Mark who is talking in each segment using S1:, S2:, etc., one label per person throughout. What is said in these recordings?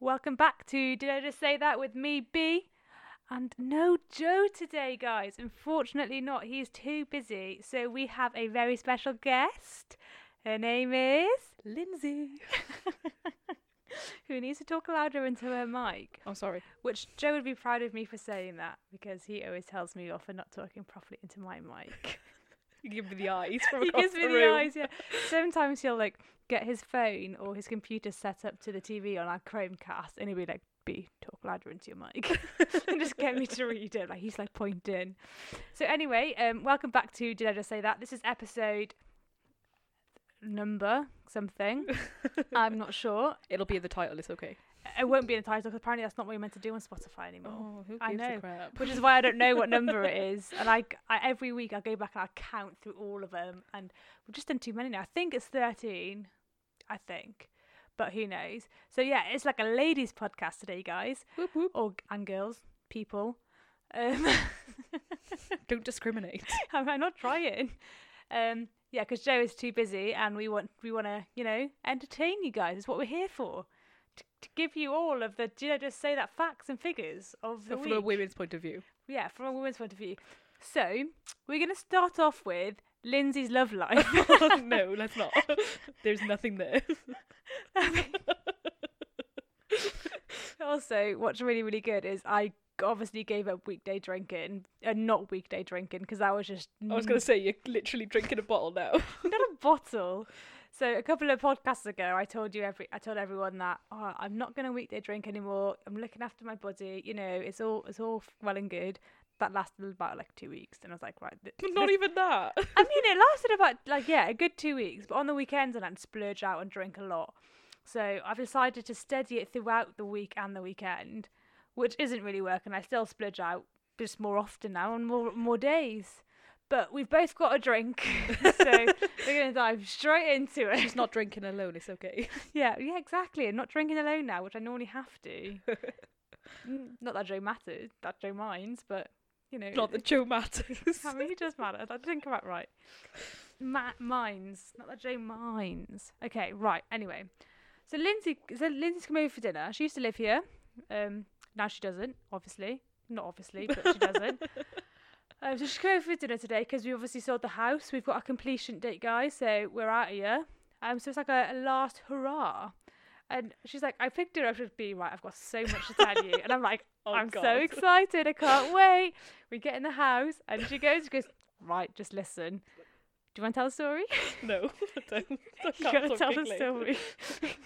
S1: Welcome back to Did I Just Say That with me, B? And no Joe today, guys. Unfortunately, not. He's too busy. So we have a very special guest. Her name is Lindsay, who needs to talk louder into her mic.
S2: I'm sorry.
S1: Which Joe would be proud of me for saying that because he always tells me off for not talking properly into my mic.
S2: You give me the eyes from
S1: he
S2: across
S1: gives me
S2: the
S1: the
S2: room.
S1: eyes. Yeah. Sometimes he'll like get his phone or his computer set up to the TV on our Chromecast, and he'll be like, "B, talk louder into your mic," and just get me to read it. Like he's like pointing. So anyway, um, welcome back to Did I Just Say That? This is episode number something. I'm not sure.
S2: It'll be in the title. It's okay.
S1: It won't be in the title 'cause apparently that's not what you're meant to do on Spotify anymore
S2: Oh, who gives
S1: I know.
S2: a crap?
S1: which is why I don't know what number it is. And I, I every week I go back and I count through all of them, and we've just done too many now. I think it's thirteen, I think, but who knows? So yeah, it's like a ladies' podcast today, guys,
S2: Whoop, whoop.
S1: or and girls, people. Um,
S2: Oh, Don't discriminate.
S1: am I not trying? Um, yeah, because Joe is too busy, and we want we want to you know entertain you guys. It's what we're here for. To, to give you all of the, do you know, just say that facts and figures of the
S2: From a
S1: week.
S2: women's point of view.
S1: Yeah, from a woman's point of view. So we're going to start off with Lindsay's love life.
S2: no, let's not. There's nothing there.
S1: also, what's really really good is I obviously gave up weekday drinking and not weekday drinking because that was just
S2: I was going to say, you're literally drinking a bottle now.
S1: not a bottle. So a couple of podcasts ago, I told you every I told everyone that oh, I'm not going to weekday drink anymore. I'm looking after my body. You know, it's all it's all well and good. That lasted about like two weeks, and I was like, right, th-
S2: not even that.
S1: I mean, it lasted about like yeah, a good two weeks. But on the weekends, and I'd splurge out and drink a lot. So I've decided to steady it throughout the week and the weekend, which isn't really working. I still splurge out just more often now on more more days. But we've both got a drink, so we're gonna dive straight into it.
S2: She's not drinking alone. It's okay.
S1: Yeah, yeah, exactly. I'm not drinking alone now, which I normally have to. Mm, not that Joe matters, that Joe minds, but you know,
S2: not that Joe matters.
S1: I mean, it does matter. That didn't come out right. Ma- mines, not that Joe mines. Okay, right. Anyway, so Lindsay, so Lindsay's come over for dinner. She used to live here. Um, now she doesn't, obviously. Not obviously, but she doesn't. Um, so she's come over for dinner today because we obviously sold the house. We've got a completion date, guys. So we're out of here. Um, so it's like a, a last hurrah. And she's like, I picked her up to be right. I've got so much to tell you, and I'm like,
S2: Oh,
S1: I'm so
S2: God.
S1: excited. I can't wait. We get in the house, and she goes, she goes, right, just listen. Do you want to tell the story?
S2: No, I don't. I
S1: you
S2: can't
S1: gotta
S2: talk
S1: tell the
S2: quickly.
S1: story.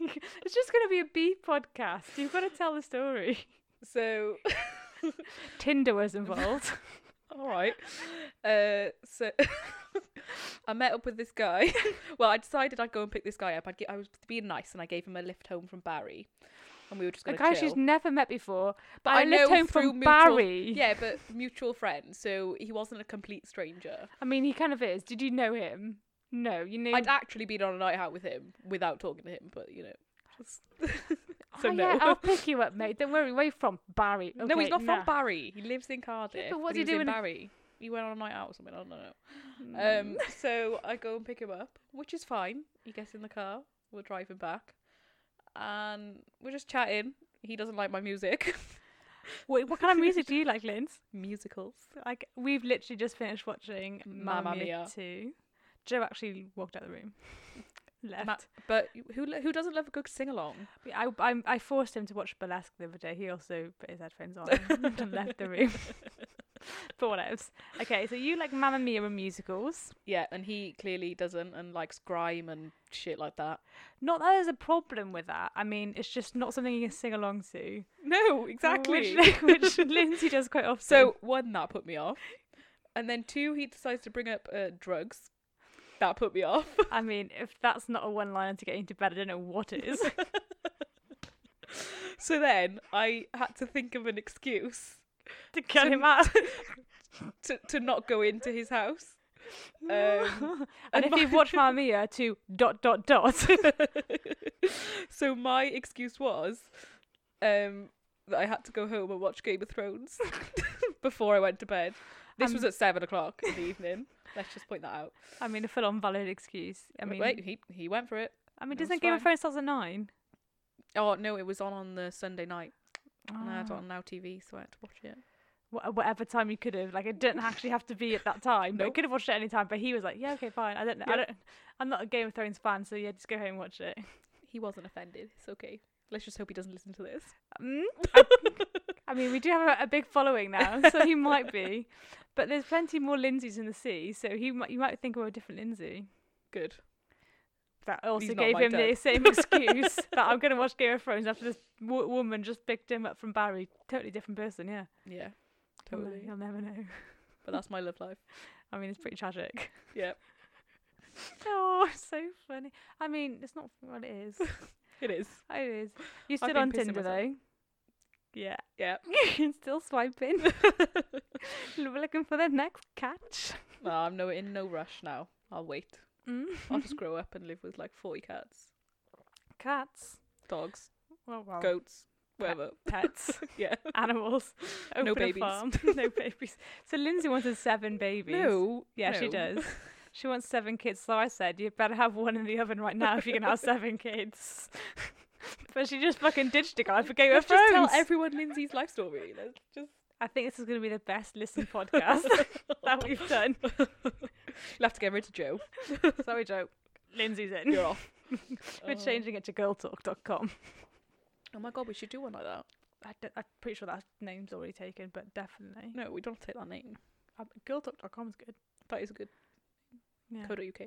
S1: it's just gonna be a B podcast. You've got to tell the story.
S2: So,
S1: Tinder was involved.
S2: all right. Uh, so, I met up with this guy. well, I decided I'd go and pick this guy up. I'd get, I was being nice and I gave him a lift home from Barry, and we were just
S1: a
S2: going
S1: guy
S2: to
S1: she's
S2: chill.
S1: never met before. But
S2: I
S1: I, lived
S2: know
S1: home
S2: through
S1: from
S2: mutual-
S1: Barry.
S2: Yeah, but mutual friend, so he wasn't a complete stranger.
S1: I mean, he kind of is. Did you know him? No, you knew.
S2: I'd actually been on a night out with him without talking to him, but you know. just- so
S1: oh,
S2: no.
S1: yeah, I'll pick you up, mate. Don't worry. Where you from? Barry.
S2: no,
S1: Okay,
S2: he's not
S1: nah.
S2: from Barry. He lives in Cardiff.
S1: but what's
S2: he
S1: he
S2: was in
S1: doing in-
S2: Barry? He went on a night out or something. I don't know. Um, so I go and pick him up, which is fine. He gets in the car. We're driving back, and we're just chatting. He doesn't like my music,
S1: Wait, what kind of music do you like, Linz?
S2: musicals.
S1: Like we've literally just finished watching
S2: Mamma
S1: Mamma Mia
S2: Mia.
S1: 2. Joe actually walked out of the room. Left.
S2: Ma- but who who doesn't love a good sing along?
S1: I, I I forced him to watch Burlesque the other day. He also put his headphones on and left the room. but what else? Okay, so you like Mamma Mia and musicals.
S2: Yeah, and he clearly doesn't, and likes grime and shit like that.
S1: Not that there's a problem with that. I mean, it's just not something you can sing along to.
S2: No, Oh,
S1: Which, which Lindsay does quite often.
S2: so one that put me off, and then two he decides to bring up uh, drugs. That put me off.
S1: I mean, if that's not a one liner to get into bed, I don't know what is.
S2: So then I had to think of an excuse
S1: to kill
S2: To-
S1: him out.
S2: to, to not go into his house. Um,
S1: and, if you've watched Mamma Mia to dot dot dot.
S2: so my excuse was um, that I had to go home and watch Game of Thrones before I went to bed. This was
S1: Um,
S2: at seven o'clock in the evening. Let's just point that out.
S1: I mean, a full on valid excuse. I mean,
S2: wait, he he went for it.
S1: I mean,
S2: that was
S1: doesn't Game of
S2: fine.
S1: Thrones starts at nine?
S2: Oh no, it was on on the Sunday night, and I had it
S1: Ah.
S2: on Now TV, so I had to watch it.
S1: Wh- whatever time you could have. Like, it didn't actually have to be at that time, but you
S2: Nope.
S1: could have watched it any time. But he was like, "Yeah, okay, fine. I don't know. I
S2: Yep.
S1: don't. I'm not a Game of Thrones fan, so yeah, just go home and watch it."
S2: He wasn't offended. It's okay. Let's just hope he doesn't listen to this.
S1: Mm, I, I mean, we do have a, a big following now, so he might be. But there's plenty more Lindsays in the sea, so he might you might think of a different Lindsay.
S2: Good.
S1: That also
S2: He's not
S1: gave
S2: my
S1: him the
S2: dad.
S1: same excuse that I'm going to watch Game of Thrones after this w- woman just picked him up from Barry. Totally different person, yeah.
S2: Yeah.
S1: You'll ne-
S2: Totally.
S1: You'll never know.
S2: But that's my love life.
S1: I mean, it's pretty tragic.
S2: Yeah.
S1: oh, so funny. I mean, it's not what it is.
S2: It is.
S1: It is. You
S2: I've
S1: still
S2: been
S1: on
S2: pissing
S1: Tinder
S2: myself.
S1: though. Yeah.
S2: Yeah.
S1: still swiping. Looking for the next catch.
S2: No, I'm no in no rush now. I'll wait.
S1: Mm.
S2: I'll just grow up and live with like forty cats,
S1: Cats.
S2: dogs,
S1: Well, well.
S2: goats, whatever.
S1: Pets.
S2: Yeah.
S1: Animals. Open a
S2: babies.
S1: farm. no babies. So Lindsay wanted seven babies.
S2: No.
S1: Yeah, she
S2: no.
S1: does. She wants seven kids. So I said, you better have one in the oven right now if you're going to have seven kids. but she just fucking ditched a guy for Game of
S2: Let's
S1: Thrones.
S2: just tell everyone Lindsay's life story. Let's just
S1: I think this is going to be the best listened
S2: Oh
S1: podcast that we've done.
S2: You'll have to get rid of Joe.
S1: Sorry, Joe. Lindsay's in.
S2: You're off.
S1: We're changing it to girltalk.com.
S2: Oh my god, we should do one like that.
S1: I don't, I'm pretty sure that name's already taken, but definitely.
S2: No, we don't have to take that name.
S1: Um, girltalk.com is good.
S2: That is a good
S1: Yeah.
S2: co.uk. .uk.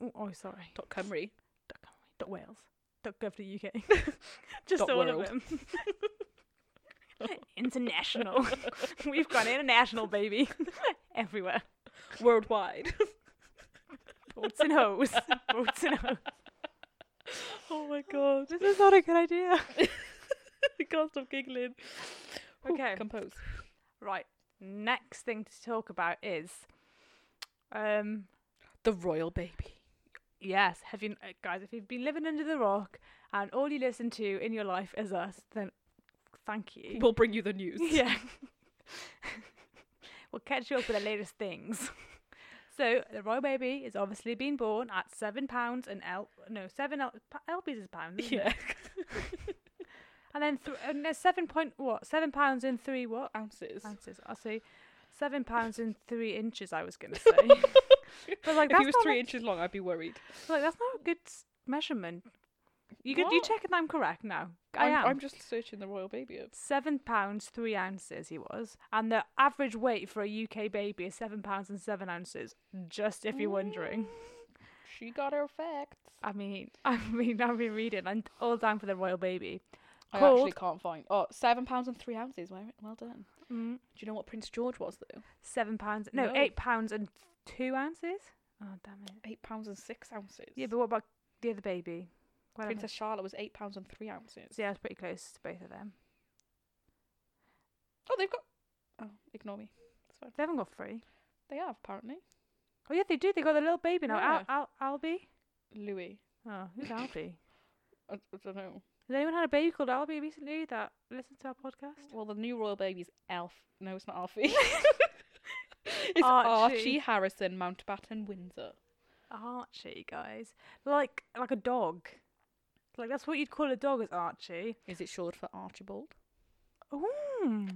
S1: Oh, oh, sorry.
S2: Dot Cymru.
S1: Dot Wales. Dot gov. Dot uk. Just
S2: Dot
S1: all
S2: world.
S1: of them. international. We've gone international, baby. Everywhere.
S2: Worldwide.
S1: Boats and hoes. Boats and hoes.
S2: oh my god.
S1: This is not a good idea.
S2: I can't stop giggling. Ooh,
S1: Okay.
S2: compose.
S1: Right. Next thing to talk about is, um,
S2: The royal baby.
S1: yes. Have you uh, guys? If you've been living under the rock and all you listen to in your life is us, then thank you.
S2: We'll bring you the news.
S1: Yeah. we'll catch you up with the latest things. So the royal baby is obviously been born at seven pounds and L no seven L pa- LBs is pounds isn't it?
S2: Yeah.
S1: and then th- and there's seven point what seven pounds and three what
S2: Ounces.
S1: ounces I see seven pounds and three inches I was gonna say but like
S2: if
S1: that's
S2: he was
S1: not
S2: three
S1: like,
S2: inches long, I'd be worried.
S1: like that's not a good s- measurement you could you
S2: What?
S1: checking I'm correct now I
S2: am
S1: am
S2: I'm just searching the royal baby up.
S1: seven pounds three ounces he was and the average weight for a uk baby is seven pounds and seven ounces just if you're wondering
S2: She got her facts.
S1: i mean i mean i've been reading i'm all down for the royal baby
S2: I actually
S1: Called-
S2: can't find. Oh, seven pounds and three ounces. Well, well done.
S1: mm,
S2: Do you know what Prince George was though?
S1: seven pounds no,
S2: No.
S1: eight pounds and two ounces oh damn it
S2: Eight pounds and six ounces.
S1: yeah but what about the other baby Whatever.
S2: Princess Charlotte was eight pounds and three ounces.
S1: yeah it's pretty close to both of them
S2: Oh, they've got. Oh, ignore me. It's fine.
S1: they haven't got three.
S2: They have apparently.
S1: Oh yeah they do they got the little baby now
S2: Yeah.
S1: al- al- albie
S2: Louis.
S1: oh who's albie
S2: I, I don't know.
S1: has anyone had a baby called albie recently that listened to our podcast
S2: Well, the new royal baby's Elf. No, it's not Alfie. it's
S1: Archie.
S2: Archie. Harrison Mountbatten Windsor.
S1: Archie, guys. Like like a dog. Like that's what you'd call a dog is Archie.
S2: Is it short for Archibald?
S1: Ooh.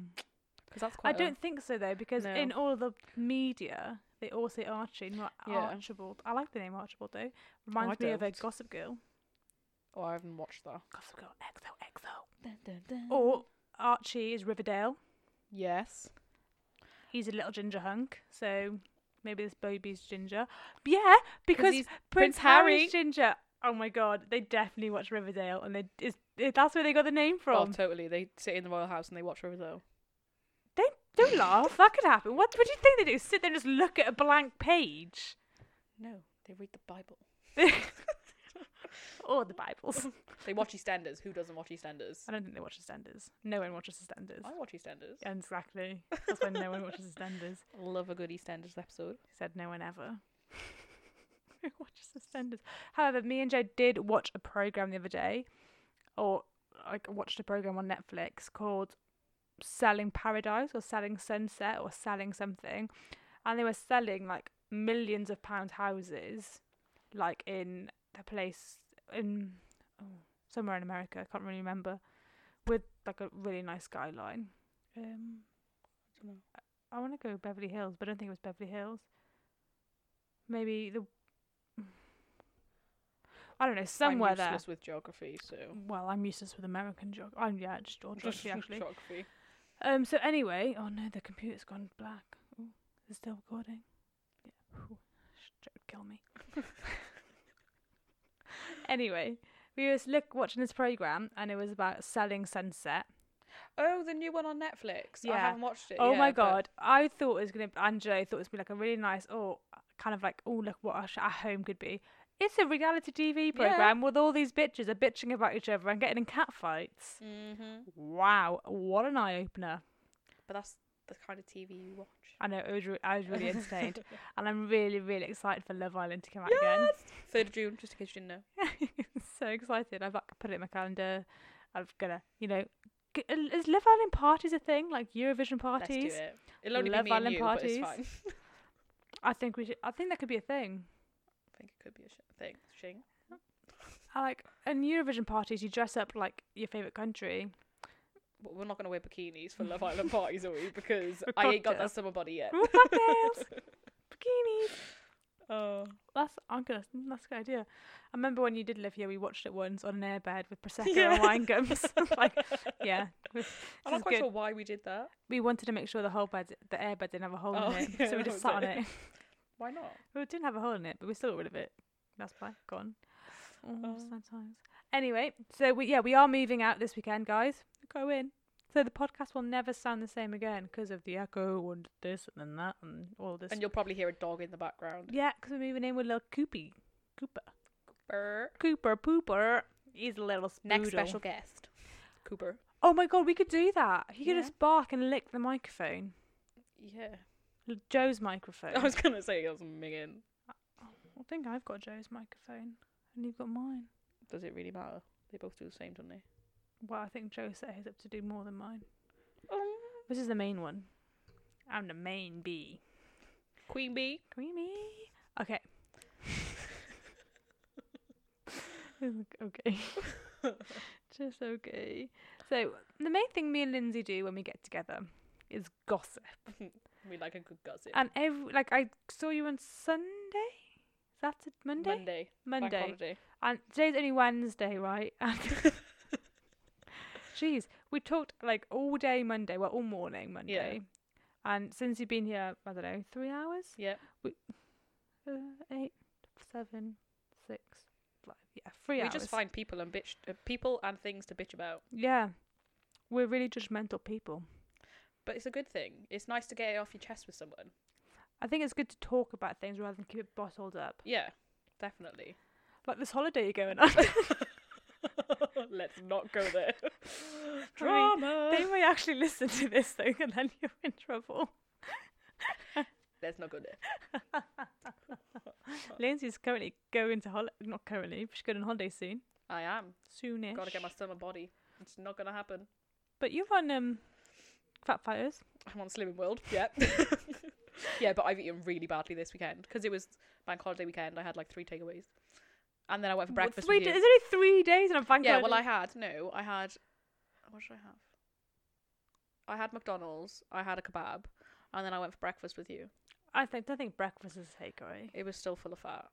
S2: Because that's
S1: I
S2: quite. a-
S1: don't think so though, because
S2: No.
S1: in all the media they all say Archie, not
S2: Yeah.
S1: Archibald. I like the name Archibald though. Reminds me of a
S2: don't.
S1: Gossip Girl.
S2: Oh, I haven't watched that. Oh.
S1: Gossip Girl XOXO. Or Archie is Riverdale.
S2: yes.
S1: He's a little ginger hunk, so maybe this baby's ginger. But yeah, because
S2: he's
S1: Prince,
S2: Prince
S1: Harry's
S2: Harry.
S1: ginger. Oh my god, they definitely watch Riverdale, and they is that's where they got the name from.
S2: Oh, totally. They sit in the royal house and they watch Riverdale.
S1: Don't don't laugh. That could happen. What what do you think they do? Sit there and just look at a blank page.
S2: No, they read the Bible.
S1: or the Bibles.
S2: They watch EastEnders. Who doesn't watch EastEnders?
S1: I don't think they watch EastEnders. No one watches EastEnders.
S2: I watch EastEnders.
S1: Yeah, Exactly. That's why no one watches EastEnders.
S2: Love a good EastEnders episode.
S1: He said no one ever. Who watches EastEnders? However, me and Joe did watch a program the other day, or like watched a program on Netflix called Selling Paradise or Selling Sunset or Selling something, and they were selling like millions of pound houses, like in a place in oh, somewhere in America. I can't really remember. With like a really nice skyline. Um,
S2: dunno.
S1: I want to go Beverly Hills, but I don't think it was Beverly Hills. Maybe the. I don't know. Somewhere
S2: I'm
S1: there.
S2: useless with geography, so
S1: Well, I'm useless with American geography. I'm yeah, just or geography actually.
S2: geography.
S1: Um. So anyway, oh no, the computer's gone black. Oh, it's still recording. Yeah. Ooh, sh- don't kill me. anyway, we was look watching this program, and it was about selling sunset.
S2: Oh, the new one on Netflix. I
S1: Yeah.
S2: haven't watched it.
S1: oh
S2: yet,
S1: my
S2: but
S1: god, I thought it was gonna. Angelo thought it was gonna be like a really nice, oh, kind of like oh look what our sh- at home could be. It's a reality TV program with all these bitches are bitching about each other and getting in cat fights.
S2: Mhm.
S1: Wow, what an eye opener!
S2: But that's the kind of TV you watch.
S1: I know it was re- I was really entertained, and I'm really really excited for Love Island to come out
S2: Third of June, just in case you didn't know.
S1: again. so excited! I've like put it in my calendar. I'm gonna, you know, g- is Love Island parties a thing like Eurovision parties?
S2: Let's do it. It'll only
S1: Love
S2: be me and
S1: Island
S2: you,
S1: parties.
S2: but it's fine.
S1: I think we should. I think that could be a thing.
S2: I think it could be a sh- thing. Shing.
S1: I like in Eurovision parties, you dress up like your favorite country.
S2: But we're not going to wear bikinis for Love Island parties, are we? Because I ain't got
S1: cocktail.
S2: that summer body yet.
S1: Ooh, cocktails, bikinis.
S2: Oh.
S1: That's I'm gonna. That's a good idea. I remember when you did live here, we watched it once on an airbed with prosecco
S2: Yeah.
S1: and wine gums. like, yeah,
S2: I'm
S1: This
S2: not
S1: is
S2: quite
S1: good.
S2: sure why we did that.
S1: we wanted to make sure the whole bed, the air bed didn't have a hole
S2: Oh,
S1: in it,
S2: yeah,
S1: so we
S2: that
S1: just
S2: was
S1: sat on
S2: it.
S1: it.
S2: Why not?
S1: Well, it didn't have a hole in it, but we still got rid of it. That's why gone. Oh,
S2: Oh.
S1: sad times. Anyway, so we yeah we are moving out this weekend, guys. Go in. So the podcast will never sound the same again because of the echo and this and then that and all this.
S2: And you'll probably hear a dog in the background.
S1: yeah, because we're moving in with little Coopy, Cooper,
S2: Burr.
S1: Cooper Pooper. He's a little spoodle.
S2: Next special guest. Cooper.
S1: Oh my god, we could do that. He could
S2: Yeah.
S1: just bark and lick the microphone,
S2: Yeah.
S1: L- Joe's microphone.
S2: I was going to say it was Megan.
S1: I think I've got Joe's microphone and you've got mine.
S2: Does it really matter? They both do the same, don't they?
S1: Well, I think Joe set his up to do more than mine. Um,
S2: Oh.
S1: This is the main one. I'm the main bee.
S2: Queen Bee.
S1: Creamy. Okay. okay. Just okay. So the main thing me and Lindsay do when we get together is gossip.
S2: We like a good gossip.
S1: And every like I saw you on Sunday, Saturday, Monday,
S2: Monday. Bank
S1: Monday.
S2: holiday.
S1: And today's only Wednesday, right? And jeez, we talked like all day Monday, well, all morning Monday. And since you've been here, I don't know, three hours,
S2: Yep.
S1: uh, eight, seven, six, five, yeah, three
S2: we
S1: hours.
S2: just find people and bitch, uh, people and things to bitch about.
S1: yeah, we're really judgmental people.
S2: But it's a good thing. It's nice to get it off your chest with someone.
S1: I think it's good to talk about things rather than keep it bottled up.
S2: Yeah, definitely.
S1: Like this holiday you're going on.
S2: Let's not go there.
S1: Drama. they may actually listen to this thing, and then you're in trouble.
S2: Let's not go there.
S1: Lindsay's currently going to holiday. Not currently, but she's going on holiday soon.
S2: I am.
S1: Soonish.
S2: Gotta get my summer body. It's not gonna happen.
S1: But you're on um, Fat Fighters.
S2: I'm on Slimming World. Yeah. yeah, but I've eaten really badly this weekend because it was bank holiday weekend. I had like three takeaways, and then I went for
S1: What,
S2: breakfast.
S1: Three
S2: with
S1: days.
S2: you.
S1: There's only three days on a bank
S2: yeah,
S1: holiday.
S2: well, I had no. I had. What did I have? I had McDonald's. I had a kebab, and then I went for breakfast with you.
S1: I think don't think breakfast is a takeaway.
S2: It was still full of fat.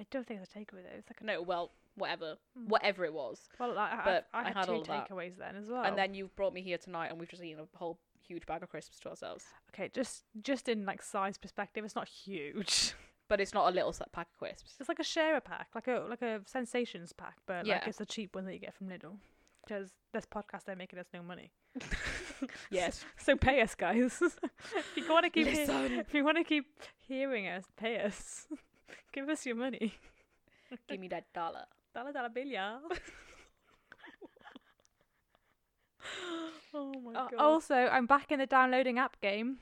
S1: I don't think it's a takeaway though. It's like a
S2: No, well, whatever,
S1: Mm.
S2: whatever it was.
S1: Well, I, I,
S2: But
S1: I
S2: I
S1: had,
S2: had
S1: two
S2: all of that.
S1: takeaways then as well.
S2: And then you've brought me here tonight, and we've just eaten a whole huge bag of crisps to ourselves.
S1: okay, just just in like size perspective, it's not huge.
S2: But it's not a little set pack of crisps.
S1: It's like a sharer pack, like a like a sensations pack, but like
S2: Yeah.
S1: it's a cheap one that you get from Lidl. Because this podcast, they're making us no money.
S2: Yes,
S1: So pay us, guys. if you want to keep hear-
S2: Listen.
S1: if you want to keep hearing us, pay us. Give us your money.
S2: give me that dollar.
S1: Dollar dollar bill, yeah.
S2: Oh my
S1: Uh, also, I'm back in the downloading app game.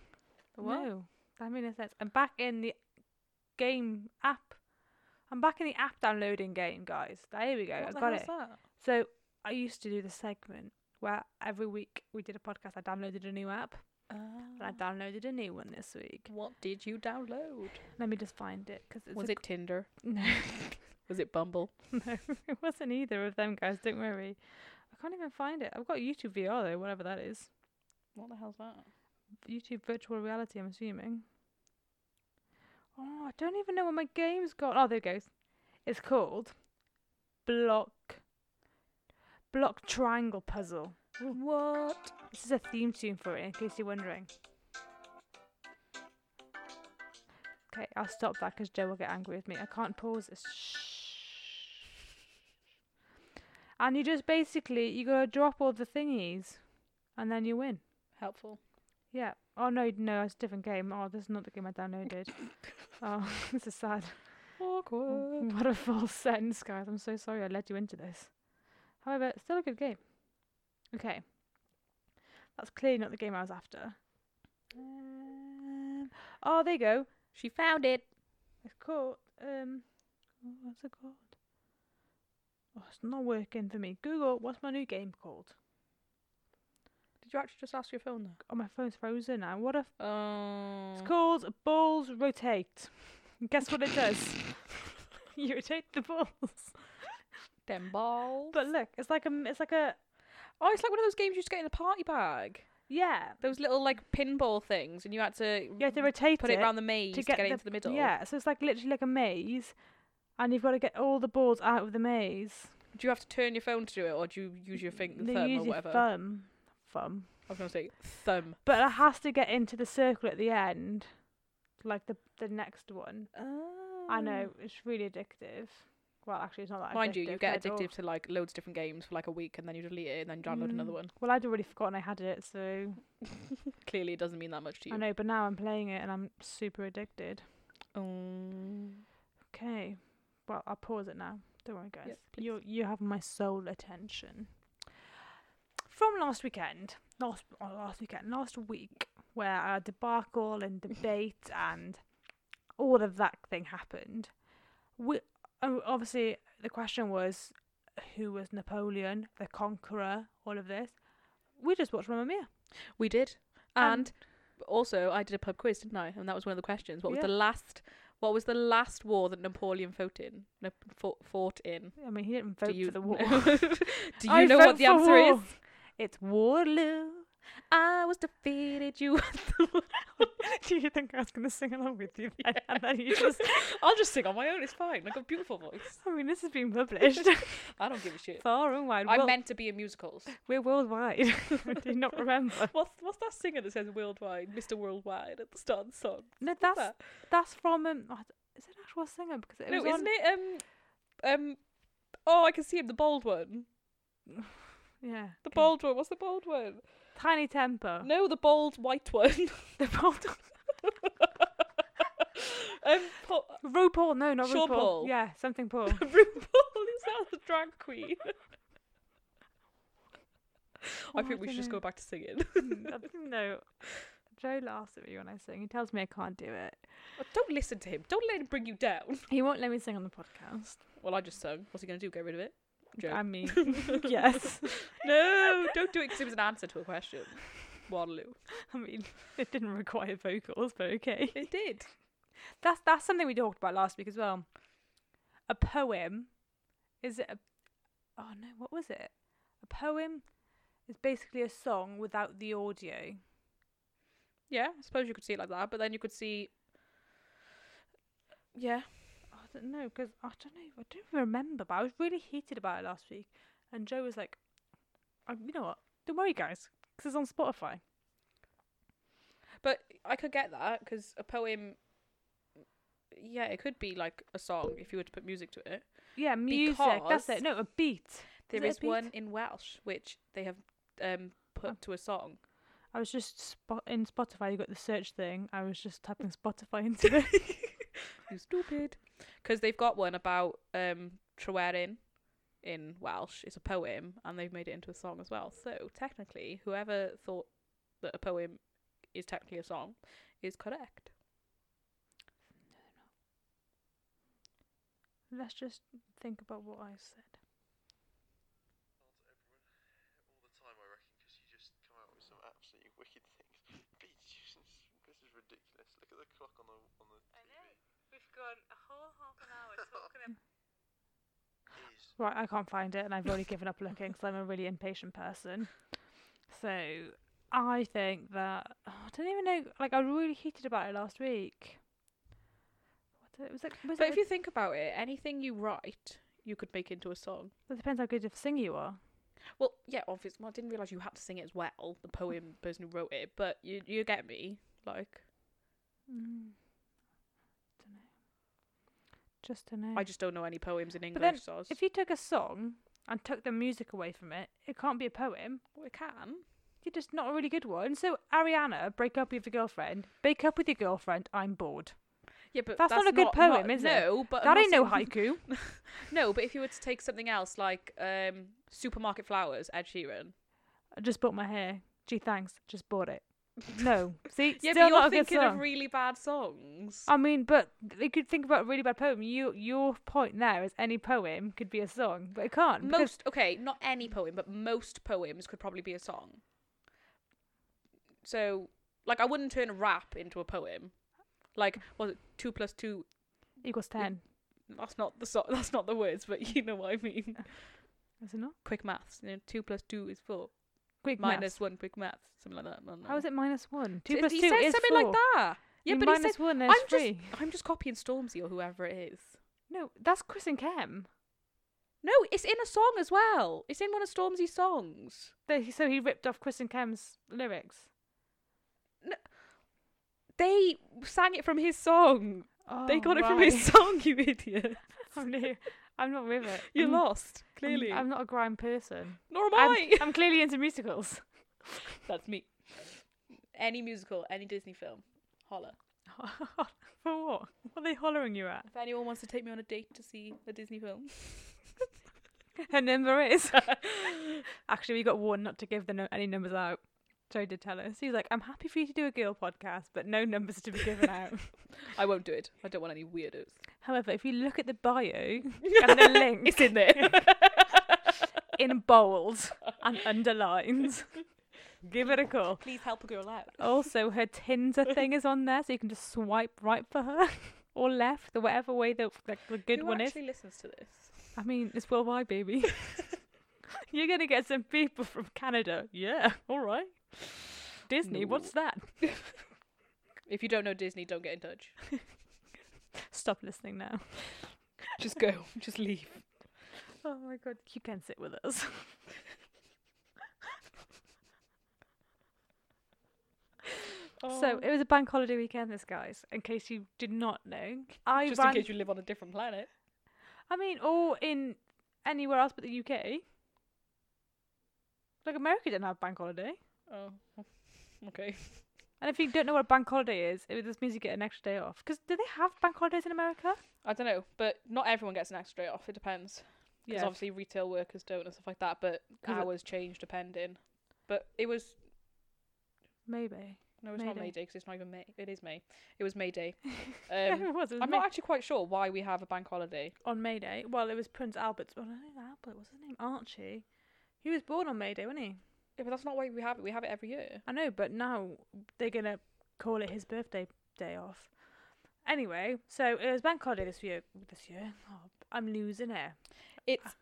S2: what?
S1: No, that made no sense. I'm back in the game app. I'm back in the app downloading game, guys. There we go. I got it. So I used to do the segment where every week we did a podcast. I downloaded a new app, and
S2: Mm.
S1: I downloaded a new one this week.
S2: what did you download?
S1: Let me just find it because it's
S2: Mm. Was
S1: a
S2: it Tinder?
S1: No.
S2: Was it Bumble?
S1: No, it wasn't either of them guys. Don't worry. I can't even find it. I've got YouTube VR though, whatever that is.
S2: What the hell's that?
S1: YouTube virtual reality. I'm assuming. Oh, I don't even know what my game's got. Oh, there it goes. It's called Block Block Triangle Puzzle.
S2: What?
S1: This is a theme tune for it, in case you're wondering. Okay, I'll stop that because Joe will get angry with me. I can't pause this. Shh. And you just basically you gotta drop all the thingies, and then you win.
S2: Helpful.
S1: Yeah. Oh no, no, it's a different game. Oh, this is not the game I downloaded. oh, this is sad.
S2: Awkward.
S1: What a false sentence, guys. I'm so sorry I led you into this. However, it's still a good game. Okay. That's clearly not the game I was after. Um, oh, there you go.
S2: She found it.
S1: It's called. Um, oh, what's it called? Oh, it's not working for me. Google, what's my new game called?
S2: Did you actually just ask your phone there?
S1: Oh, my phone's frozen now. What a. F-
S2: Oh.
S1: It's called Balls Rotate. Guess what it does? you rotate the balls.
S2: Them balls.
S1: But look, it's like a. m- It's like a.
S2: oh, it's like one of those games you just get in a party bag.
S1: Yeah.
S2: Those little like pinball things, and you had to
S1: You have to rotate
S2: Mm. put it around the maze to get, it
S1: the-
S2: into the middle.
S1: Yeah, so it's like literally like a maze, and you've got to get all the balls out of the maze.
S2: Do you have to turn your phone to do it, or do you use your finger,
S1: They
S2: thumb,
S1: use
S2: or
S1: your
S2: whatever?
S1: thumb, thumb,
S2: I was gonna say thumb.
S1: but it has to get into the circle at the end, like the the next one. I know it's really addictive. Well, actually, it's not that.
S2: Mm. Mind you, you
S1: addictive at
S2: get
S1: all.
S2: addicted to like loads of different games for like a week, and then you delete it, and then you download another
S1: oh. Mm.
S2: one.
S1: Well, I'd already forgotten I had it, so
S2: Clearly, it doesn't mean that much to you.
S1: I know. But now I'm playing it, and I'm super addicted.
S2: Oh.
S1: Mm.
S2: Um,
S1: Okay. Well, I'll pause it now. Don't worry, guys.
S2: please.
S1: you you have my sole attention. From last weekend, last oh, last weekend, last week, where our debacle and debate and all of that thing happened. We oh, obviously the question was, who was Napoleon, the conqueror, all of this. We just watched Mamma Mia.
S2: we did, and
S1: And-
S2: also I did a pub quiz, didn't I? And that was one of the questions. What was
S1: Yeah.
S2: the last? What was the last war that Napoleon fought in? Na- fought, fought in?
S1: I mean, he didn't vote
S2: Do you
S1: for the war.
S2: Do you
S1: I
S2: know
S1: vote
S2: what the
S1: for
S2: answer is?
S1: war. It's Waterloo.
S2: I was defeated. You.
S1: Do you think I was going to sing along with you? then? And then you just,
S2: I'll just sing on my own. It's fine. I got a beautiful voice.
S1: I mean, this has been published
S2: I don't give a shit.
S1: far and wide.
S2: I'm
S1: Well,
S2: meant to be in musicals.
S1: we're worldwide. Do you not remember?
S2: What's what's that singer that says worldwide, Mr. Worldwide at the start of the song?
S1: No, that's
S2: that?
S1: that's from um, oh, is it an actual singer? Because it
S2: no,
S1: was
S2: isn't it? Um, um, oh, I can see him, the bald one,
S1: on, yeah,
S2: the
S1: okay.
S2: bald one. What's the bald one?
S1: tiny tempo.
S2: No, the bald white one.
S1: The bald
S2: um, Paul,
S1: RuPaul. No, not
S2: Sean
S1: RuPaul.
S2: Paul.
S1: Yeah, something Paul.
S2: RuPaul is that the drag queen? I
S1: Oh,
S2: think we
S1: don't
S2: should just
S1: know.
S2: go back to singing.
S1: Mm, I don't know. Joe laughs at me when I sing. He tells me I can't do it.
S2: Don't listen to him. Don't let him bring you down.
S1: He won't let me sing on the podcast.
S2: Well, I just sung. What's he gonna do? Get rid of it? Joe.
S1: I mean, yes.
S2: No, don't do it because it was an answer to a question. Waterloo.
S1: I mean, it didn't require vocals, but okay.
S2: It did.
S1: That's that's something we talked about last week as well. A poem is it a oh no, what was it? A poem is basically a song without the audio.
S2: Yeah, I suppose you could see it like that, but then you could see. Yeah.
S1: I don't know because I don't know. I don't even remember, but I was really heated about it last week, and Joe was like, oh, "You know what? Don't worry, guys, because it's on Spotify."
S2: But I could get that because a poem. Yeah, it could be like a song if you were to put music to it.
S1: Yeah, music. that's
S2: Because
S1: it. No, a beat.
S2: There
S1: it a
S2: is
S1: beat?
S2: one in Welsh which they have um put
S1: Oh.
S2: to a song.
S1: I was just spot in Spotify. You got the search thing. I was just typing Spotify into it.
S2: You stupid. Because they've got one about um Tryweryn in Welsh. It's a poem and they've made it into a song as well. So technically, whoever thought that a poem is technically a song is correct.
S1: Let's just think about what I said.
S3: all the time, I reckon, because you just come out with some absolutely wicked things. Beach juice. This is ridiculous. Look at the clock on the on the.
S1: I know. We've gone a whole half an hour talking Right, I can't find it, and I've already given up looking because I'm a really impatient person. So I think that oh, I don't even know. Like I was really heated about it last week. What the- was it? Was
S2: But
S1: it
S2: if you think about it, anything you write, you could make into a song.
S1: it depends how good of a singer you are.
S2: Well, yeah, obviously. Well, I didn't realize you had to sing it as well. The poem person who wrote it, but you you get me. Like,
S1: Mm. Don't know. Just don't know.
S2: I just don't know any poems in English.
S1: Mm. then
S2: so I was-
S1: If you took a song and took the music away from it, it can't be a poem.
S2: Well, it can.
S1: You're just not a really good one. So Ariana, break up with your girlfriend. Break up with your girlfriend. I'm bored.
S2: Yeah, but
S1: That's not a good poem, is it?
S2: No, but
S1: that
S2: I'm
S1: ain't
S2: not
S1: no
S2: saying-
S1: haiku.
S2: No, but if you were to take something else like um, supermarket flowers, Ed Sheeran.
S1: I just bought my hair. Gee, thanks. Just bought it. No. See,
S2: Yeah,
S1: still not
S2: but you're
S1: a good
S2: thinking
S1: song.
S2: of really bad songs.
S1: I mean, but they could think about a really bad poem. You, your point there is any poem could be a song, but it can't. because-
S2: most okay, not any poem, but most poems could probably be a song. So, like, I wouldn't turn a rap into a poem. Like, was it two plus two?
S1: equals ten.
S2: That's not the so- that's not the words, but you know what I mean.
S1: Is it not?
S2: Quick maths. You know, two plus two is four.
S1: Quick
S2: Minus one. Quick maths. Something like that. I don't
S1: How
S2: know.
S1: is it minus one? Two
S2: T-
S1: plus
S2: he
S1: two
S2: said
S1: is
S2: something
S1: four.
S2: like that. Yeah,
S1: You
S2: but he
S1: minus
S2: said,
S1: one is
S2: I'm just-
S1: three.
S2: I'm just copying Stormzy or whoever it is.
S1: No, that's Chris and Cam.
S2: No, it's in a song as well. It's in one of Stormzy's songs.
S1: They, so he ripped off Chris and Cam's lyrics.
S2: They sang it from his song. they
S1: Oh,
S2: got it from his
S1: right.
S2: song, you idiot. Mm.
S1: I'm, new. I'm not with it.
S2: You're
S1: I'm-
S2: lost,
S1: I'm-
S2: clearly.
S1: I'm, not a grime person.
S2: Nor am
S1: I'm,
S2: I.
S1: I'm clearly into musicals.
S2: That's me. Any musical, any Disney film, holla.
S1: For what? What are they hollering you at?
S2: If anyone wants to take me on a date to see a Disney film,
S1: Her number is. Actually, we got warned not to give the no- any numbers out. Joe did tell us. He was like, I'm happy for you to do a girl podcast, but no numbers to be given out.
S2: I won't do it. I don't want any weirdos.
S1: However, if you look at the bio and the link,
S2: It's in there.
S1: in bold and underlined. Give it a call.
S2: Please help a girl out.
S1: Also, her Tinder thing is on there, so you can just swipe right for her or left, the whatever way the, the, the good
S2: Who
S1: one is.
S2: actually listens to this?
S1: I mean, it's worldwide, baby. You're gonna get some people from Canada. Yeah, all right. Disney, what's that?
S2: If you don't know Disney, don't get in touch.
S1: Stop listening now.
S2: Just go. Just leave.
S1: Oh my god, you can sit with us.
S2: Oh.
S1: So it was a bank holiday weekend, this guys. In case you did not know, I
S2: just
S1: ran.
S2: in case you live on a different planet.
S1: I mean, or in anywhere else but the UK. Like America didn't have bank holiday,
S2: Oh, okay.
S1: and if you don't know what a bank holiday is, it just means you get an extra day off. Because do they have bank holidays in America?
S2: I don't know, but not everyone gets an extra day off. It depends. Because obviously retail workers don't and stuff like that, but
S1: 'Cause it-
S2: hours change depending. But it was
S1: maybe.
S2: no, it's not
S1: May
S2: May
S1: Day.
S2: Day because it's not even May. It is May. It was May Day.
S1: Yeah,
S2: Um,
S1: it was. It was
S2: I'm
S1: May-
S2: not actually quite sure why we have a bank holiday.
S1: on May Day. Well, it was Prince Albert's. Well, no, not Albert. What's his name? Archie. He was born on May Day, wasn't he?
S2: Yeah, but that's not why we have it. We have it every year.
S1: I know, but now they're gonna call it his birthday day off. Anyway, so it was bank holiday this year. This year, oh, I'm losing it.
S2: It's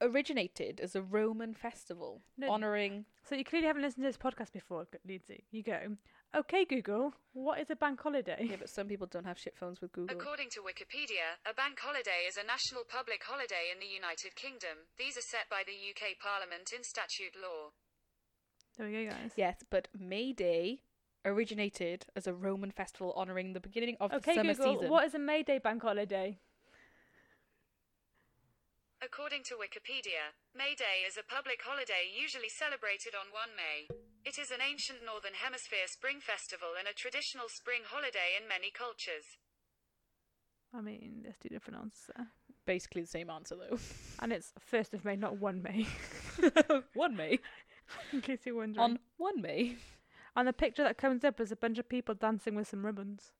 S2: originated as a Roman festival
S1: No.
S2: honoring.
S1: So you clearly haven't listened to this podcast before, G- Lindsay. You go, okay, Google, what is a bank holiday?
S2: Yeah, but some people don't have shit phones with Google.
S4: According to Wikipedia, a bank holiday is a national public holiday in the United Kingdom. These are set by the UK Parliament in statute law.
S1: There we go, guys.
S2: Yes, but May Day originated as a Roman festival honoring the beginning of
S1: Okay,
S2: the summer
S1: Google,
S2: season.
S1: what is a May Day bank holiday?
S4: According to Wikipedia, May Day is a public holiday usually celebrated on 1 May. It is an ancient Northern Hemisphere spring festival and a traditional spring holiday in many cultures.
S1: I mean, there's two different answers there.
S2: Basically the same answer though.
S1: And it's 1st of May, not 1 May,
S2: one May
S1: in case you're wondering.
S2: on one May.
S1: and the picture that comes up is a bunch of people dancing with some ribbons.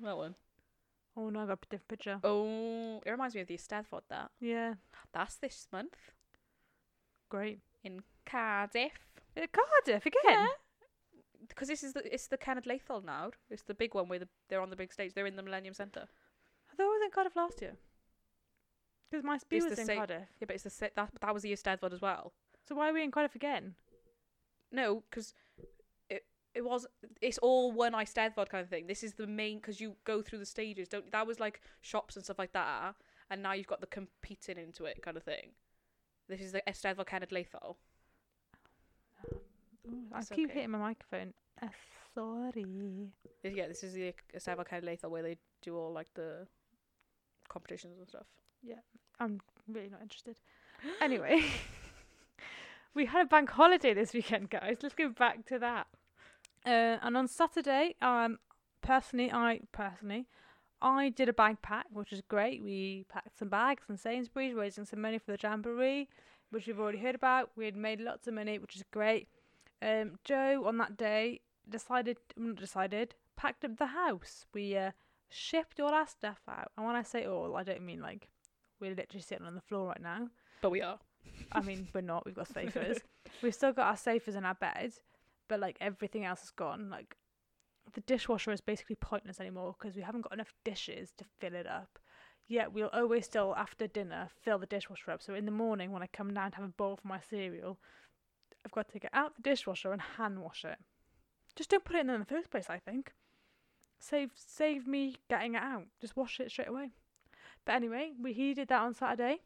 S2: That one.
S1: Oh no, I got a different picture.
S2: Oh, it reminds me of the Eisteddfod. That
S1: Yeah,
S2: that's this month
S1: great.
S2: in Cardiff.
S1: Uh, Cardiff again.
S2: Because this is the it's the Kenneth Lathol now. It's the big one where the, they're on the big stage. They're in the Millennium Centre.
S1: I thought it was in Cardiff last year. Because my speed
S2: It's
S1: was
S2: the
S1: in
S2: same-
S1: Cardiff.
S2: Yeah, but it's the sa- that that was the year Steddfod as well.
S1: So why are we in Cardiff again?
S2: No, because it it was it's all one I Steddfod kind of thing. This is the main because you go through the stages. Don't that was like shops and stuff like that, and now you've got the competing into it kind of thing. This is the Steddfod Kenneth Lathol.
S1: Um, Ooh, I
S2: It's
S1: keep
S2: okay.
S1: hitting my microphone. Uh, sorry.
S2: This- Yeah, this is the Steddfod Kenneth Lathol where they do all like the competitions and stuff.
S1: I'm really not interested. Anyway, we had a bank holiday this weekend, guys. Let's go back to that. Uh, and on Saturday, um, personally, I personally, I did a bag pack, which was great. We packed some bags in Sainsbury's, raising some money for the jamboree, which we've already heard about. We had made lots of money, which is great. Um, Joe on that day decided, not decided, packed up the house. We uh, shipped all our stuff out, and when I say all, I don't mean like we're literally sitting on the floor right now.
S2: But we are.
S1: I mean, we're not. We've got sofas. We've still got our sofas and our beds, but like everything else is gone. Like the dishwasher is basically pointless anymore because we haven't got enough dishes to fill it up. Yet we'll always still after dinner fill the dishwasher up. So in the morning when I come down to have a bowl for my cereal, I've got to take it out the dishwasher and hand wash it. Just don't put it in there in the first place. I think save save me getting it out. Just wash it straight away. But anyway, we he did that on Saturday.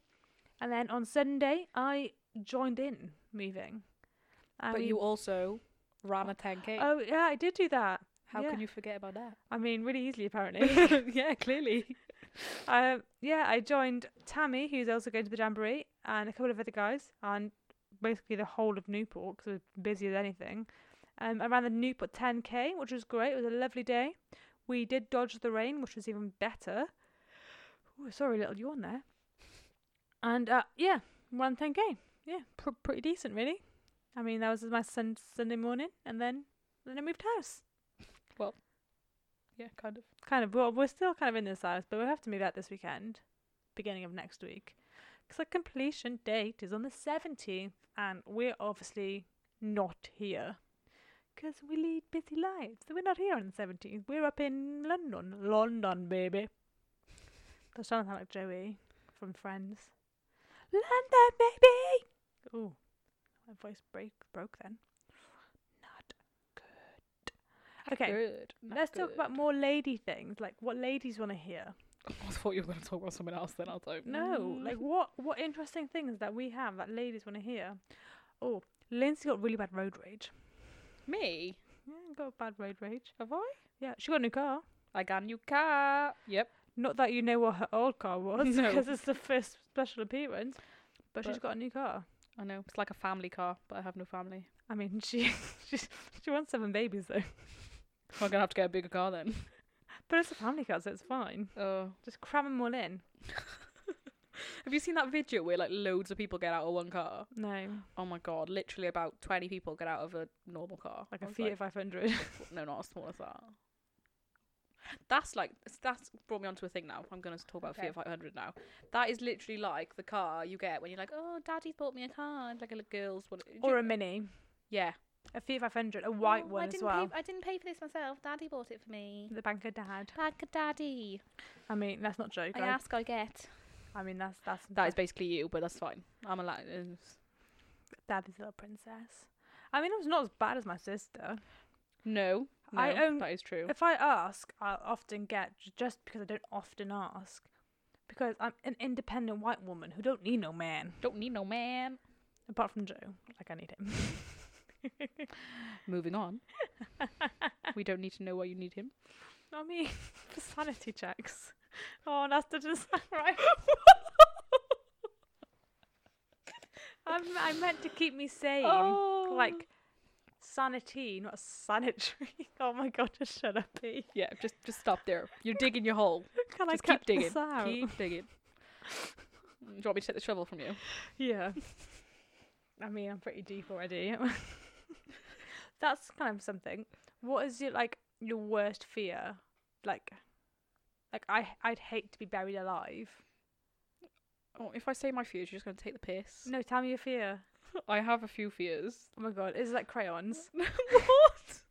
S1: And then on Sunday, I joined in moving. And
S2: but
S1: we-
S2: you also ran a 10k.
S1: oh yeah, I did do that.
S2: How
S1: yeah.
S2: can you forget about that?
S1: I mean, really easily apparently.
S2: yeah, clearly.
S1: um, yeah, I joined Tammy, who's also going to the jamboree, and a couple of other guys, and basically the whole of Newport because we're busy as anything. Um, I ran the Newport 10k, which was great. It was a lovely day. We did dodge the rain, which was even better. Ooh, sorry, little yawn there. And uh, yeah, ran 10k. Yeah, pr- pretty decent, really. I mean, that was my sun- Sunday morning, and then then I moved house
S2: Yeah, kind of.
S1: kind of well we're still kind of in this house but we'll have to move out this weekend beginning of next week because the completion date is on the 17th and we're obviously not here because we lead busy lives so we're not here on the 17th we're up in london london baby that sounds like joey from friends london baby Ooh, my voice break broke then not good okay
S2: Good. Not
S1: Let's talk
S2: good.
S1: about more lady things, like what ladies want to hear.
S2: I thought you were going to talk about something else. Then I was like,
S1: No,
S2: mm.
S1: like what what interesting things that we have that ladies want to hear. Oh, Lindsay got really bad road rage.
S2: me. Mm,
S1: Yeah, got bad road rage.
S2: Have I?
S1: Yeah, she got a new car.
S2: I got a new car. Yep.
S1: Not that you know what her old car was,
S2: No.
S1: because it's the first special appearance. But, she's
S2: But-
S1: got a new car.
S2: I know. It's like a family car, but I have no family.
S1: I mean, she she's, she wants seven babies though.
S2: I'm going to have to get a bigger car then.
S1: But it's a family car, so it's fine.
S2: Oh.
S1: Just cram them all in.
S2: Have you seen that video where like loads of people get out of one car?
S1: No,
S2: Oh my god, literally about 20 people get out of a normal car.
S1: like
S2: I
S1: a
S2: was
S1: Fiat 500.
S2: "What- no, not as small as that. That's like that's brought me onto a thing now. I'm going to talk about
S1: Okay.
S2: Fiat 500 now. That is literally like the car you get when you're like, "Oh, daddy's bought me a car." It's like a little girl's one.
S1: or a Mini.
S2: yeah.
S1: A Fiat 500, a white one as well.
S2: I didn't pay for this myself. Daddy bought it for me.
S1: The banker dad.
S2: Bag of daddy.
S1: I mean, that's not joke. I,
S2: I get.
S1: I mean, that's that's
S2: That is basically you, but that's fine. I'm a uh, Latin.
S1: daddy's little princess. I mean, I was not as bad as my sister.
S2: No, no,
S1: I own-
S2: that is true.
S1: If I ask, I'll often get j- just because I don't often ask, because I'm an independent white woman who don't need no man
S2: Don't need no man.
S1: apart from Joe. Like I need him.
S2: Moving on. we don't need to know why you need him.
S1: I mean, for sanity checks. Oh, that's the just right. I'm, I meant to keep me sane.
S2: Oh.
S1: Like sanity, not sanitary. Oh my god, just shut up, P.
S2: yeah, just just stop there. You're digging your hole.
S1: Can
S2: just
S1: I
S2: keep digging.
S1: This out?
S2: Keep digging. Do you want me to take the shovel from you?
S1: Yeah. I mean, I'm pretty deep already. That's kind of something. What is your like your worst fear? Like, like I I'd hate to be buried alive.
S2: Oh, if I say my fears, you're just going to take the piss.
S1: No, tell me your fear.
S2: I have a few fears.
S1: Oh my god, is it like crayons?
S2: what?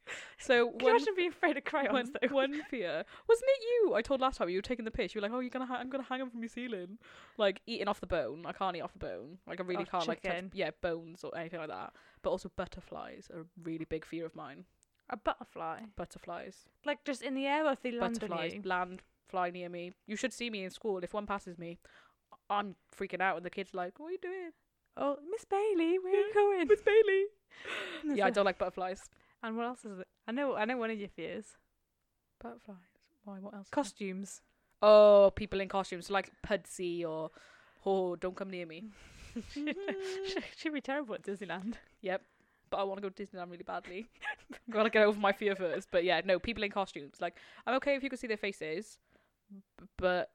S2: So
S1: Can you
S2: one,
S1: imagine being afraid of crayons
S2: one,
S1: though?
S2: one fear wasn't it you? I told last time you were taking the piss. You were like, "Oh, you're gonna, ha- I'm gonna hang him from your ceiling, like eating off the bone. I can't eat off the bone. Like I really
S1: Off
S2: can't like touch,
S1: chicken.
S2: yeah bones or anything like that. But also butterflies are a really big fear of mine.
S1: A butterfly.
S2: Butterflies,
S1: Like just in the air or if they land on
S2: butterflies
S1: you?
S2: land fly near me. You should see me in school. If one passes me, I'm freaking out, and the kids are like, "What are you doing,
S1: Oh, Miss Bailey, where are you going?
S2: Miss Bailey?"
S1: And
S2: Yeah, I
S1: there's a-
S2: don't like butterflies.
S1: And what else is it? I know, I know one of your fears.
S2: Butterflies. Why? What else? is there?
S1: Costumes.
S2: Oh, people in costumes like Pudsey or oh, don't come near me.
S1: She'd she'd be terrible at Disneyland.
S2: Yep. But I want to go to Disneyland really badly. I'm gonna get over my fear first. But yeah, no, people in costumes. Like I'm okay if you can see their faces, b- but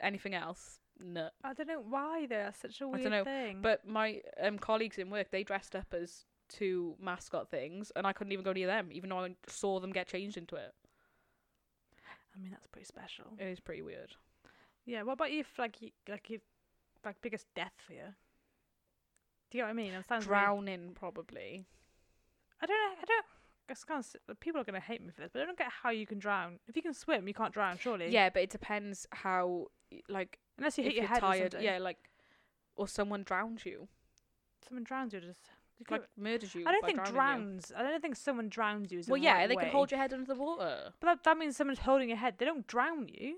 S2: anything else, no.
S1: I don't know why though. That's such a
S2: don't
S1: weird
S2: know,
S1: thing.
S2: But my um colleagues in work, they dressed up as two mascot things, and I couldn't even go near them, even though I saw them get changed into it.
S1: I mean, that's pretty special.
S2: It is pretty weird.
S1: Yeah. What about you? if, Like, you, like your like biggest death fear. Do you know what I mean? It sounds weird.
S2: Drowning, probably.
S1: I don't know. I don't. I just can't. s- People are gonna hate me for this, but I don't get how you can drown. If you can swim, you can't drown, surely.
S2: Yeah, but it depends how, like,
S1: Unless you hit
S2: if
S1: your
S2: you're
S1: head or
S2: tired,
S1: something.
S2: yeah, like, or someone drowns you,
S1: Someone drowns you. Just. You
S2: like
S1: could-
S2: murders you.
S1: I don't
S2: by
S1: think
S2: drowning you.
S1: drowns. I don't think someone drowns you. Is in
S2: Well,
S1: the
S2: yeah,
S1: right
S2: they
S1: way.
S2: can hold your head under the water,
S1: But that, that means someone's holding your head. They don't drown you.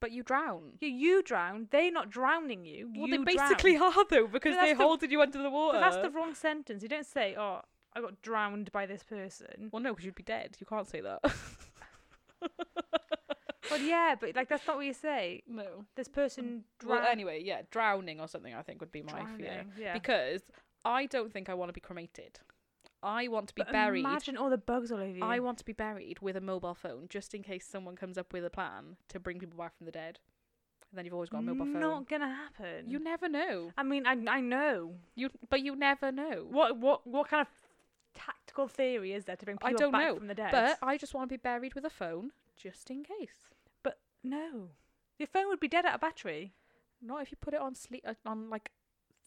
S2: but you drown.
S1: You, you drown. They're not drowning you.
S2: Well,
S1: you
S2: they basically
S1: drown.
S2: are though because
S1: that's
S2: they
S1: the-
S2: holded you under the water.
S1: But that's the wrong sentence. You don't say, "Oh, I got drowned by this person."
S2: well, no, because you'd be dead. You can't say that.
S1: Well, yeah, but like that's not what you say.
S2: no.
S1: This person drowned.
S2: Well, anyway, yeah, drowning or something I think would be my fear
S1: Drowning, yeah.
S2: because I don't think I want to be cremated. I want to be
S1: But
S2: buried.
S1: Imagine all the bugs all over you.
S2: I want to be buried with a mobile phone just in case someone comes up with a plan to bring people back from the dead. And then you've always got a mobile phone.
S1: Not gonna happen.
S2: You never know.
S1: I mean, I I know.
S2: You but you never know.
S1: What what what kind of tactical theory is there to bring people
S2: I don't
S1: back
S2: know.
S1: from the dead?
S2: But I just want to be buried with a phone just in case.
S1: but no, your phone would be dead out of battery.
S2: Not if you put it on sleep uh, on like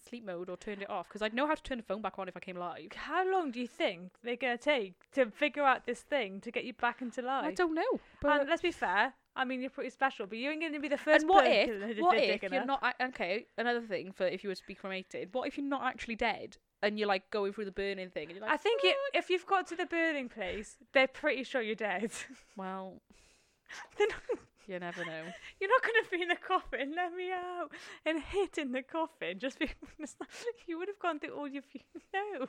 S2: sleep mode or turned it off because I'd know how to turn the phone back on if I came alive.
S1: How long do you think they're gonna take to figure out this thing to get you back into life?
S2: I don't know. But
S1: and let's be fair. I mean, you're pretty special, but you ain't gonna be the first.
S2: and what
S1: person
S2: if
S1: to-
S2: what
S1: to
S2: if
S1: dig in
S2: you're
S1: her.
S2: not ac- okay? Another thing for if you were to be cremated, what if you're not actually dead and you're like going through the burning thing and you're like,
S1: I think it, if you've got to the burning place, they're pretty sure you're dead.
S2: well,
S1: They're not-
S2: you never know.
S1: you're not going to be in the coffin. Let me out and hit in the coffin. Just be, you would have gone through all your fu- no.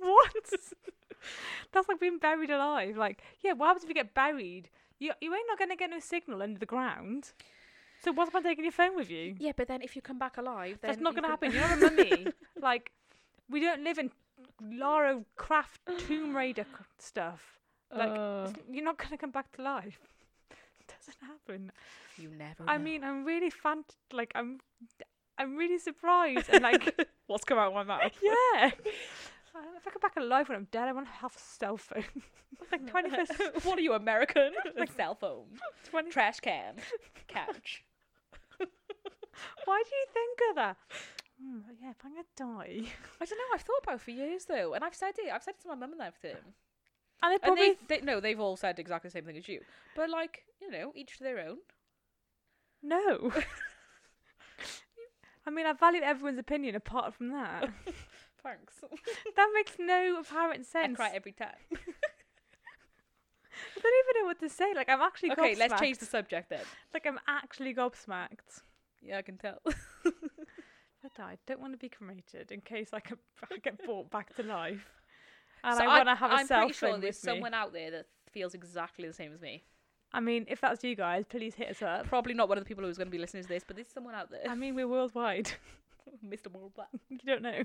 S1: what? That's like being buried alive. Like yeah, what happens if you get buried? You you ain't not going to get no signal under the ground. So what's about taking your phone with you?
S2: yeah, but then if you come back alive, then
S1: That's not
S2: you
S1: going to happen.
S2: can-
S1: You're not a mummy. like, we don't live in Lara Croft Tomb Raider c- stuff. Like,
S2: Uh.
S1: it's- you're not going to come back to life. It doesn't happen.
S2: You never.
S1: I
S2: know.
S1: mean, I'm really fan. Like, I'm, I'm really surprised and like,
S2: what's come out of my mouth?
S1: yeah. Uh, If I come back alive when I'm dead, I want to have a cell phone. like 21st,
S2: what are you, American? like cell phone,
S1: 20,
S2: trash can, couch.
S1: Why do you think of that? Mm, yeah, if I'm gonna die,
S2: I don't know. I've thought about it for years though, and I've said it. I've said it to my mum and everything.
S1: and they
S2: And
S1: probably
S2: they, they, no, they've all said exactly the same thing as you. But like, you know, each to their own.
S1: No. I mean, I value everyone's opinion apart from that.
S2: Thanks.
S1: that makes no apparent
S2: I
S1: sense.
S2: cry every time.
S1: I don't even know what to say. Like, I'm actually
S2: okay,
S1: gobsmacked.
S2: let's change the subject then.
S1: Like, I'm actually gobsmacked.
S2: Yeah, I can tell.
S1: If I die, I don't want to be cremated in case I, can, I get brought back to life. And
S2: So
S1: I want to have a
S2: I'm
S1: cell
S2: pretty sure
S1: phone
S2: there's
S1: with me.
S2: someone out there that feels exactly the same as me.
S1: I mean, if that's you guys, please hit us up.
S2: Probably not one of the people who's going to be listening to this, but there's someone out there.
S1: I mean, we're worldwide.
S2: Mr. Worldwide.
S1: you don't know.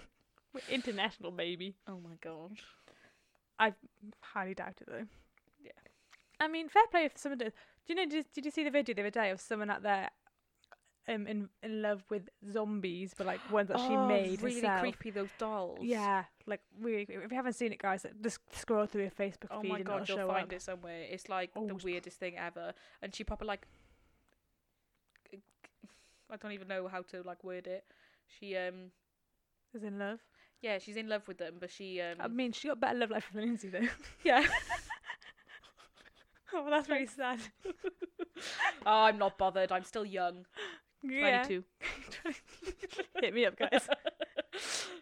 S1: We're international, baby.
S2: Oh my gosh.
S1: I highly doubt it though.
S2: Yeah.
S1: I mean, fair play if someone does. Do you know? Did, did you see the video the other day of someone out there, um, in in love with zombies, but like ones that she made
S2: Oh, really
S1: herself.
S2: creepy those dolls.
S1: Yeah, like we. If you haven't seen it, guys, just scroll through your Facebook
S2: Oh
S1: feed
S2: my
S1: and
S2: god,
S1: it'll
S2: you'll
S1: show
S2: find
S1: up.
S2: it somewhere. It's like
S1: Oh,
S2: the
S1: it's-
S2: weirdest thing ever. And she proper like I don't even know how to like word it. She um
S1: Is in love.
S2: Yeah, she's in love with them, but she um
S1: I mean, she got better love life than Lindsay though.
S2: yeah.
S1: oh, well, that's really sad.
S2: oh, I'm not bothered. I'm still young.
S1: Yeah.
S2: 22.
S1: Hit me up, guys.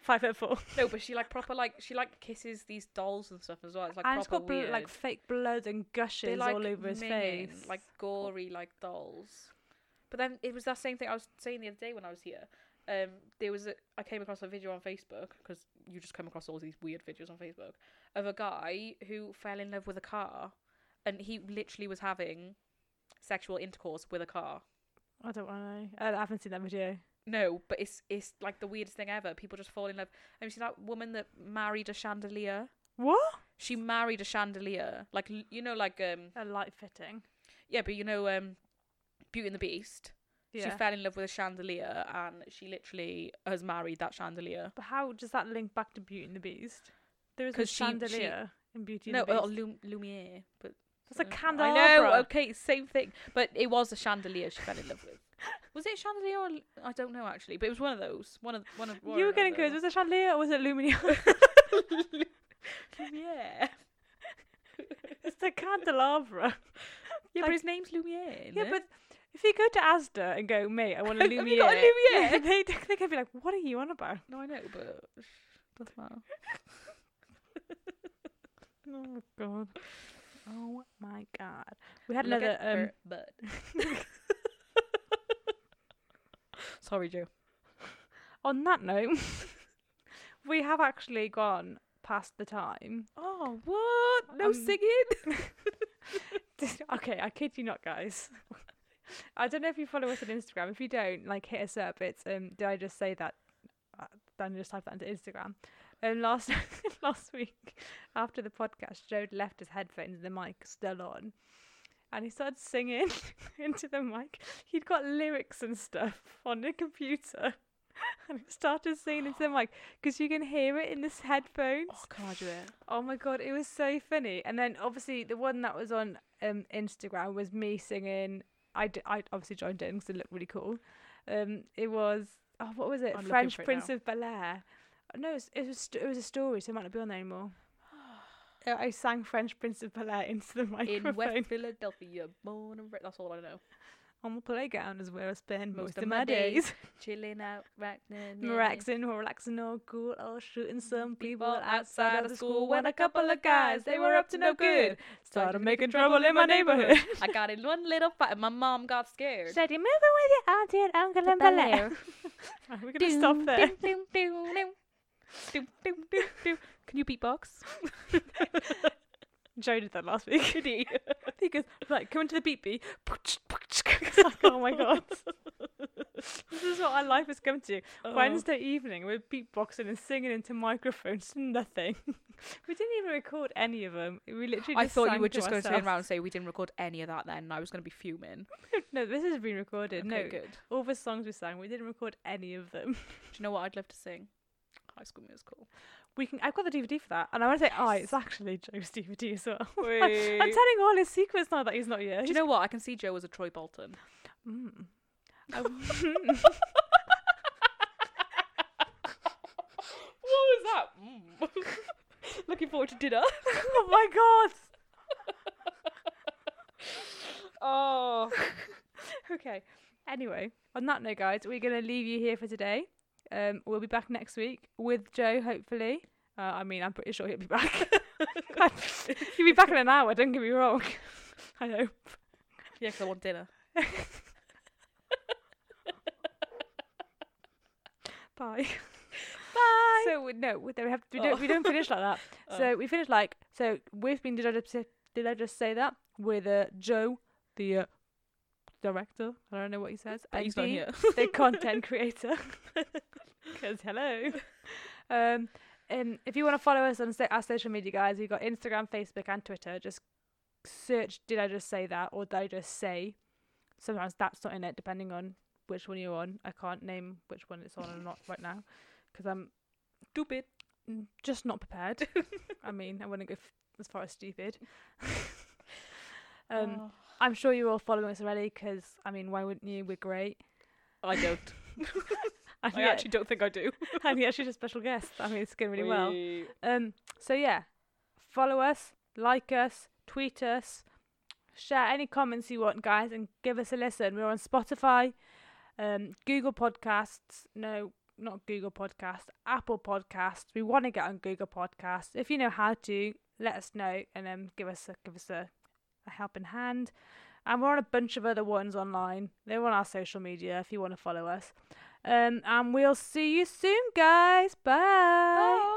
S1: Five foot four.
S2: No, but she like proper like she like kisses these dolls and stuff as well. It's like
S1: and
S2: proper
S1: it's got bl-
S2: weird.
S1: like fake blood and
S2: They're,
S1: gushes
S2: like,
S1: all over his
S2: minging,
S1: face.
S2: like gory like dolls. But then it was that same thing I was saying the other day when I was here. Um, there was a, I came across a video on Facebook because you just come across all these weird videos on Facebook of a guy who fell in love with a car, and he literally was having sexual intercourse with a car.
S1: I don't want to know. I haven't seen that video.
S2: No, but it's it's like the weirdest thing ever. People just fall in love. Have you seen that woman that married a chandelier?
S1: What?
S2: She married a chandelier, like l- you know, like um,
S1: A light fitting.
S2: yeah, but you know, um, Beauty and the Beast. She
S1: Yeah.
S2: fell in love with a chandelier, and she literally has married that chandelier.
S1: but how does that link back to Beauty and the Beast? There is a
S2: 'Cause she- she-
S1: chandelier in Beauty and
S2: no,
S1: the Beast.
S2: oh, Lum- Lumiere, but
S1: That's a
S2: I know.
S1: candelabra.
S2: Okay, same thing, but it was a chandelier she fell in love with. Was it a chandelier? Or, l- I don't know actually, but it was one of those. One of one of. one
S1: you
S2: or
S1: were getting
S2: another.
S1: good. Was it chandelier or was it luminaire?
S2: Lumiere.
S1: it's the candelabra.
S2: Yeah,
S1: Like-
S2: but his name's Lumiere.
S1: Yeah, but if you go to Asda and go, mate, I want a
S2: Have
S1: lumiere.
S2: you got a Lumiere?
S1: they they're gonna be like, what are you on about?
S2: no, I know, but doesn't matter.
S1: Oh god. Oh my god. We had
S2: Look
S1: another
S2: at
S1: um
S2: her butt. Sorry, Joe.
S1: on that note we have actually gone past the time.
S2: Oh, what? No
S1: Um,
S2: singing.
S1: okay, I kid you not guys. I don't know if you follow us on Instagram. If you don't, like hit us up. It's um did I just say that uh, then just type that into Instagram. Um last last week after the podcast, Joe left his headphones and the mic still on. And he started singing into the mic. He'd got lyrics and stuff on the computer. And he started singing into the mic because you can hear it in his headphones.
S2: can I do it?
S1: Oh my god, it was so funny. And then obviously the one that was on um, Instagram was me singing. I, d- I obviously joined in because it looked really cool. Um, it was oh what was it?
S2: I'm looking
S1: French
S2: for it
S1: Prince
S2: now.
S1: of Bel Air. No, it was, it was st- it was a story, so it might not be on there anymore. Uh, I sang French Prince of Bel Air into the
S2: In
S1: microphone
S2: West Philadelphia, born and bred. That's all I know.
S1: on the playground is where I spend most, of, my days.
S2: Chilling out, right now.
S1: Relaxing, relaxing, all cool, all shooting some Mm-hmm. people
S2: People
S1: outside of the school. When a couple of guys, they were up to no good, started making trouble in my neighborhood.
S2: I got in one little fight, and my mom got scared.
S1: Said you moving with your auntie and uncle and ballet. We're gonna stop there.
S2: Doom, doom, doom. Doom, doom, doom, doom. Can you beatbox?
S1: Joe did that last week.
S2: Did he?
S1: He goes, like, come into the beat beat. It's like, oh my god. this is what our life has come to.
S2: Oh.
S1: Wednesday evening, we're beatboxing and singing into microphones to nothing. we didn't even record any of them. We literally just
S2: I thought
S1: sang
S2: you were just going to turn
S1: ourselves.
S2: around and say we didn't record any of that then, and I was going to be fuming.
S1: No, this has been recorded.
S2: Okay,
S1: no,
S2: good.
S1: all the songs we sang, we didn't record any of them.
S2: Do you know what I'd love to sing? High School Musical.
S1: We can. I've got the DVD for that, and I want to say, oh, it's actually Joe's DVD as well.
S2: Wait.
S1: I'm telling all his secrets now that he's not here.
S2: Do you know what? I can see Joe as a Troy Bolton.
S1: I-
S2: Um,
S1: "Hmm."
S2: what was that? Mm. Looking forward to dinner.
S1: oh my god.
S2: oh.
S1: Okay. Anyway, on that note, guys, we're gonna leave you here for today. Um, we'll be back next week with Joe, hopefully. Uh, I mean, I'm pretty sure he'll be back. he'll be back in an hour. Don't get me wrong. I hope.
S2: Yeah, 'cause I want dinner.
S1: Bye.
S2: Bye.
S1: So we, no, we don't have we
S2: Oh.
S1: don't we don't finish like that. So we finish like so. We've been did I just say, did I just say that with uh, Joe the uh, director? I don't know what he says.
S2: But he's not
S1: Andy,
S2: here.
S1: the content creator. Because hello. Um, um, if you want to follow us on so- our social media, guys, we've got Instagram, Facebook, and Twitter. Just search "Did I just say that?" or "Did I just say?" Sometimes that's not in it, depending on which one you're on. I can't name which one it's on or not right now because I'm
S2: Stupid.
S1: mm, just not prepared. I mean, I wouldn't go f- as far as stupid. um,
S2: Oh.
S1: I'm sure you're all following us already because, I mean, why wouldn't you? We're great.
S2: I don't.
S1: and,
S2: I
S1: yet,
S2: actually don't think I do.
S1: and yet she's a special guest. I mean, it's going really well.
S2: We-
S1: Um, so yeah, follow us, like us, tweet us, share any comments you want, guys, and give us a listen. We're on Spotify, um, Google Podcasts. No, not Google Podcasts. Apple Podcasts. We want to get on Google Podcasts. If you know how to, let us know and um, give us a, give us a, a helping hand. And we're on a bunch of other ones online. They're on our social media if you want to follow us. Um, and we'll see you soon, guys. Bye.